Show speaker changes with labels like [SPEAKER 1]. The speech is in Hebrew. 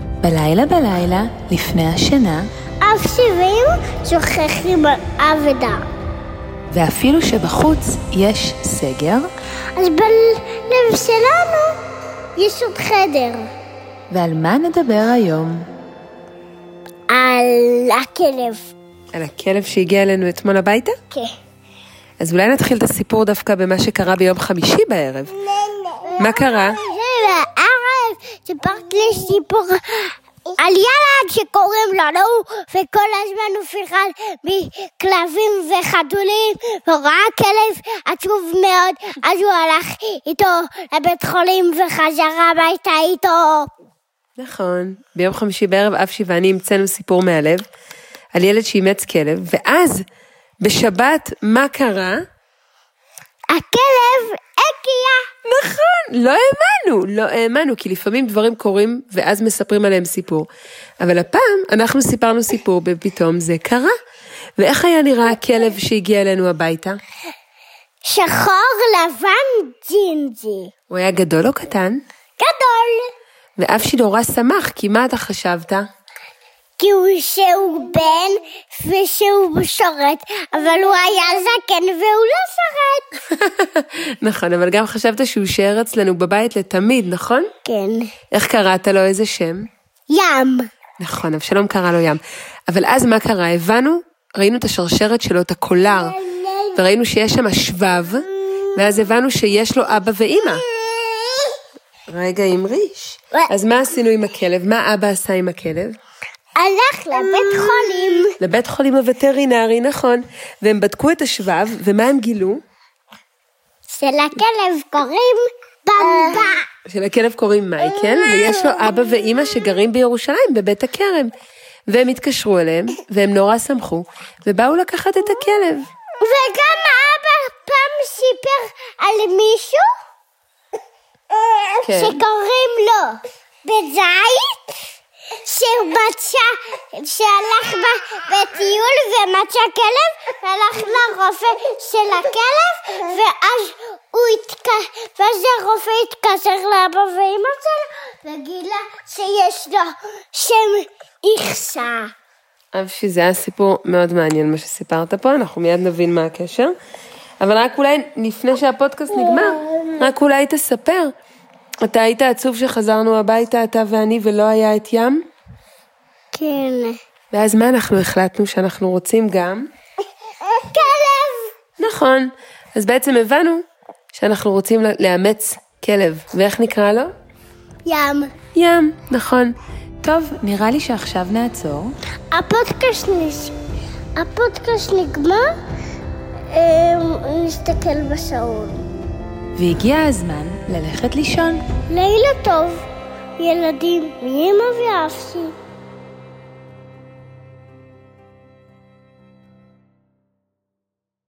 [SPEAKER 1] בלילה בלילה, לפני השינה,
[SPEAKER 2] אף שבעים שוכחים אבדה.
[SPEAKER 1] ואפילו שבחוץ יש סגר,
[SPEAKER 2] אז בלב שלנו יש עוד חדר.
[SPEAKER 1] ועל מה נדבר היום?
[SPEAKER 2] על הכלב.
[SPEAKER 3] על הכלב שהגיע אלינו אתמול הביתה?
[SPEAKER 2] כן.
[SPEAKER 3] אז אולי נתחיל את הסיפור דווקא במה שקרה ביום חמישי בערב. מה קרה?
[SPEAKER 2] והערב סיפרת לי סיפור על ילד שקוראים לו נו, וכל הזמן הוא פחד מכלבים וחתולים, הוא ראה כלב עצוב מאוד, אז הוא הלך איתו לבית חולים וחזר הביתה איתו.
[SPEAKER 3] נכון. ביום חמישי בערב אף ואני המצאנו סיפור מהלב על ילד שאימץ כלב, ואז בשבת מה קרה?
[SPEAKER 2] הכלב הקיע.
[SPEAKER 3] נכון, לא האמנו, לא האמנו, כי לפעמים דברים קורים ואז מספרים עליהם סיפור. אבל הפעם אנחנו סיפרנו סיפור ופתאום זה קרה. ואיך היה נראה הכלב שהגיע אלינו הביתה?
[SPEAKER 2] שחור לבן ג'ינג'י.
[SPEAKER 3] הוא היה גדול או קטן?
[SPEAKER 2] גדול.
[SPEAKER 3] ואף שנורא שמח, כי מה אתה חשבת?
[SPEAKER 2] כי הוא שהוא בן ושהוא משרת, אבל הוא היה זקן והוא לא שרת.
[SPEAKER 3] נכון, אבל גם חשבת שהוא יישאר אצלנו בבית לתמיד, נכון?
[SPEAKER 2] כן.
[SPEAKER 3] איך קראת לו איזה שם?
[SPEAKER 2] ים.
[SPEAKER 3] נכון, אבשלום קרא לו ים. אבל אז מה קרה? הבנו, ראינו את השרשרת שלו, את הקולר, וראינו שיש שם שבב, ואז הבנו שיש לו אבא ואימא. רגע, עם ריש. אז מה עשינו עם הכלב? מה אבא עשה עם הכלב?
[SPEAKER 2] הלך לבית חולים.
[SPEAKER 3] לבית חולים הווטרינרי, נכון. והם בדקו את השבב, ומה הם גילו?
[SPEAKER 2] שלכלב קוראים במבה.
[SPEAKER 3] שלכלב קוראים מייקל, ויש לו אבא ואימא שגרים בירושלים, בבית הכרם. והם התקשרו אליהם, והם נורא שמחו, ובאו לקחת את הכלב.
[SPEAKER 2] וגם אבא פעם סיפר על מישהו
[SPEAKER 3] כן.
[SPEAKER 2] שקוראים לו בזית, שמצא, שהלך ב- בטיול ומצא כלב, והלך לרופא של הכלב, ואז הוא התק... ואז הרופא התקשר לאבא ואמא שלו, וגילה שיש לו שם איכסה.
[SPEAKER 3] אבשי, זה היה סיפור מאוד מעניין מה שסיפרת פה, אנחנו מיד נבין מה הקשר. אבל רק אולי, לפני שהפודקאסט נגמר, רק אולי תספר. אתה היית עצוב שחזרנו הביתה, אתה ואני, ולא היה את ים?
[SPEAKER 2] כן.
[SPEAKER 3] ואז מה אנחנו החלטנו שאנחנו רוצים גם?
[SPEAKER 2] כלב!
[SPEAKER 3] נכון. אז בעצם הבנו שאנחנו רוצים ל- לאמץ כלב, ואיך נקרא לו?
[SPEAKER 2] ים.
[SPEAKER 3] ים, נכון.
[SPEAKER 1] טוב, נראה לי שעכשיו נעצור.
[SPEAKER 2] הפודקאסט, נש... הפודקאסט נגמר, אה, נסתכל בשעון.
[SPEAKER 1] והגיע הזמן ללכת לישון.
[SPEAKER 2] לילה טוב, ילדים, מאמא ואפסי.